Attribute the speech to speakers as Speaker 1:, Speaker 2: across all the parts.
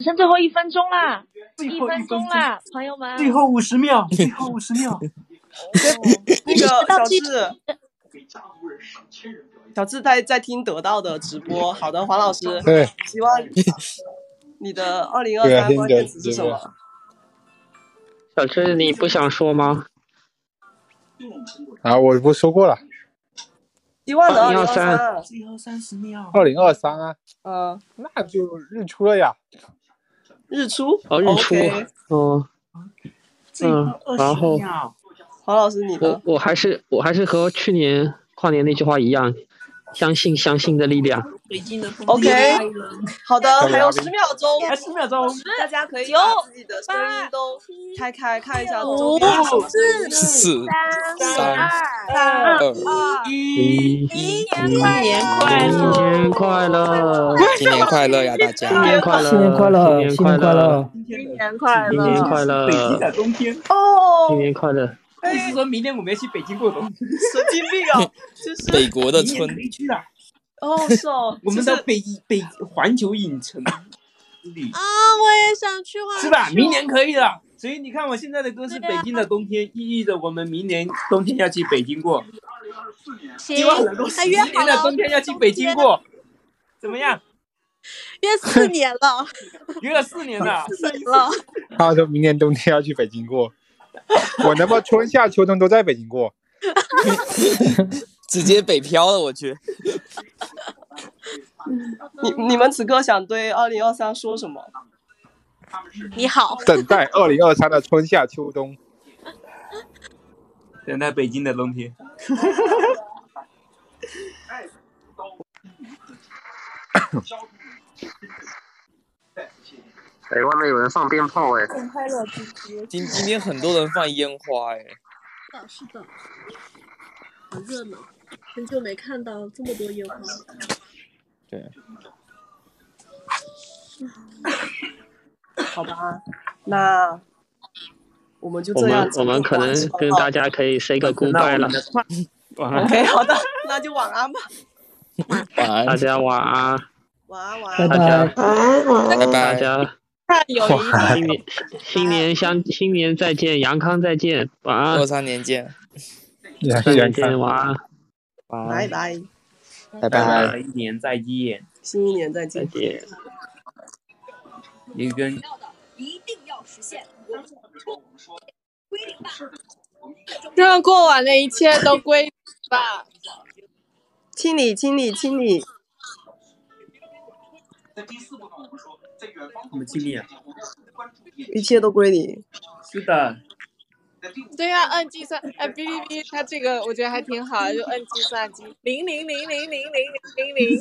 Speaker 1: 剩最后一分钟啦，
Speaker 2: 最
Speaker 1: 一
Speaker 2: 后一
Speaker 1: 分钟啦，朋友们。
Speaker 2: 最后五十秒，最后五十 秒，
Speaker 3: 那 个小
Speaker 1: 这
Speaker 3: 智，小智在在听得到的直播。好的，黄老 师，
Speaker 4: 对，
Speaker 3: 希望你的二零二
Speaker 4: 对啊
Speaker 3: 三
Speaker 4: 听
Speaker 3: 关
Speaker 4: 得
Speaker 3: 键词是
Speaker 4: 直
Speaker 3: 什
Speaker 4: 播
Speaker 3: 么？
Speaker 5: 小智，你不想说吗？
Speaker 4: 啊，我不是说过了，
Speaker 3: 希望的二零二
Speaker 5: 2023
Speaker 3: 三，
Speaker 2: 最后三十秒，
Speaker 4: 二零二三啊，
Speaker 3: 嗯，
Speaker 4: 那就日出了呀。
Speaker 3: 日出，
Speaker 5: 哦，日出
Speaker 3: OK，
Speaker 5: 嗯，
Speaker 2: 最后二
Speaker 5: 然后
Speaker 2: 十秒，
Speaker 3: 黄老师你
Speaker 5: 我
Speaker 3: 的，
Speaker 5: 嗯我还是我还是和去年跨年那句话一样，相信相信的力量。
Speaker 6: 北京的风
Speaker 3: OK
Speaker 6: 下一轮
Speaker 3: 好的，
Speaker 4: 小
Speaker 3: 还有
Speaker 4: 嘉宾
Speaker 3: 十秒钟，
Speaker 2: 还有十秒钟，
Speaker 3: 大家可以
Speaker 1: 九
Speaker 3: 把自己的声音
Speaker 1: 八
Speaker 3: 都开开，看一下周
Speaker 1: 五
Speaker 3: 边是什么。
Speaker 1: 四
Speaker 7: 四
Speaker 1: 三二
Speaker 3: 三
Speaker 7: 二
Speaker 3: 啊
Speaker 2: 一，
Speaker 5: 一，
Speaker 7: 一，
Speaker 1: 新年快乐！
Speaker 5: 新年快乐！
Speaker 7: 新年快乐呀，大
Speaker 5: 新
Speaker 7: 家！
Speaker 5: 年快乐！
Speaker 8: 新年快乐，
Speaker 5: 新
Speaker 8: 新
Speaker 5: 年
Speaker 8: 年快
Speaker 5: 快乐
Speaker 8: 乐！！
Speaker 2: 新
Speaker 1: 年快
Speaker 5: 新年快乐
Speaker 2: 北京的冬天，
Speaker 3: 哦哎
Speaker 5: 新，年快乐！
Speaker 2: 我是说明年我们要去北京过冬，
Speaker 3: 神经病啊！就是
Speaker 7: 北国的
Speaker 2: 明
Speaker 7: 春
Speaker 2: 年可，以去了，
Speaker 3: 哦，是哦，
Speaker 2: 我们
Speaker 3: 就
Speaker 2: 的
Speaker 3: 是
Speaker 2: 北北环球影城之旅
Speaker 9: 啊，我也想去玩。
Speaker 2: 是吧？明年可以了。所以你看，我现在的歌是《北京的冬天》，意味着我们明年冬天要去北京过，
Speaker 9: 行
Speaker 2: 希望能够
Speaker 9: 还
Speaker 2: 明
Speaker 9: 约好
Speaker 2: 年的
Speaker 9: 了
Speaker 2: 冬，天要去北京过，怎么样？
Speaker 9: 约四年 了，
Speaker 2: 约了四年了，
Speaker 9: 四年了。
Speaker 4: 他说明年冬天要去北京过，我能不能春夏秋冬都在北京过？
Speaker 7: 直接北漂了，我去。
Speaker 3: 你你们此刻想对二零二三说什么？
Speaker 9: 你好，
Speaker 4: 等待二零二三的春夏秋冬。
Speaker 2: 等待北京的冬天。
Speaker 5: 哎，外面有人放鞭炮哎！
Speaker 6: 快乐之之。
Speaker 7: 今今天很多人放烟花，哎，
Speaker 9: 是的，是的，很热闹，很久没看到这么多烟花了。
Speaker 3: 好吧，那我们就
Speaker 5: 我
Speaker 3: 这样
Speaker 5: 们。我们可能跟大家可以 say 个 goodbye 了，晚 安，
Speaker 3: OK，好的，那就晚安吧，
Speaker 7: 晚安
Speaker 5: 大，家晚安，
Speaker 3: 晚安晚
Speaker 8: 拜
Speaker 3: 安。
Speaker 5: 大
Speaker 8: 拜
Speaker 5: 家。
Speaker 7: 拜
Speaker 5: 大
Speaker 7: 拜。
Speaker 5: 家
Speaker 1: 看友谊
Speaker 5: 新年新年相新年再见，杨康再见，晚安
Speaker 7: 二，三年见，
Speaker 4: 你 还
Speaker 5: 再
Speaker 4: 是想看
Speaker 5: 见，？晚安，
Speaker 7: 晚
Speaker 3: 拜
Speaker 7: 安，
Speaker 3: 拜，
Speaker 7: 拜拜。，
Speaker 2: 呃一年再见。
Speaker 3: 新一年再
Speaker 5: 再
Speaker 3: 见。
Speaker 5: 见。
Speaker 2: 一根
Speaker 9: 一定要实现。
Speaker 1: 让过往的一切都归零吧。
Speaker 3: 清理清理清理，
Speaker 2: 我们尽力啊。
Speaker 3: 一切都归零。
Speaker 2: 是的，
Speaker 1: 对呀、按计算，哎，哔哔哔，它这个我觉得还挺好，啊就按计算机，零零零零零零零零零。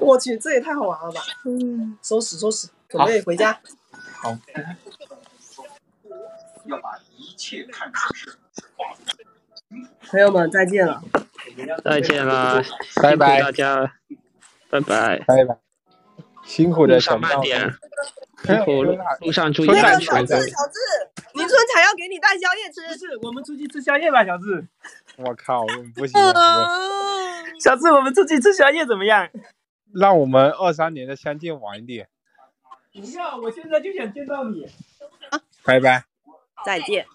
Speaker 3: 我去，这也太好玩了吧！嗯，收拾收拾，准备回家。
Speaker 2: 好，
Speaker 3: 朋友们，再见了。
Speaker 5: 再见啦，
Speaker 4: 拜
Speaker 5: 辛苦大
Speaker 4: 拜
Speaker 5: 家，拜拜，
Speaker 4: 拜拜，辛苦
Speaker 5: 路
Speaker 4: 的
Speaker 5: 上
Speaker 4: 小
Speaker 5: 慢
Speaker 4: 妙，
Speaker 5: 点，
Speaker 4: 哎
Speaker 5: 辛苦
Speaker 4: 我
Speaker 5: 路
Speaker 4: 觉得
Speaker 5: 路上注意
Speaker 4: 那
Speaker 3: 那
Speaker 4: 个
Speaker 3: 个
Speaker 5: 安
Speaker 3: 小
Speaker 5: 全
Speaker 3: 智，小
Speaker 4: 小
Speaker 5: 的，
Speaker 3: 智，林春才要给你带宵夜吃。
Speaker 2: 是我们出去吃宵夜吧，小智。
Speaker 4: 我靠，我不行了，我
Speaker 2: 小智，我们出去吃宵夜怎么样？
Speaker 4: 让我们二三年的相见晚一点，
Speaker 2: 不要，我现在就想见到你。
Speaker 4: 拜拜。
Speaker 3: 再见。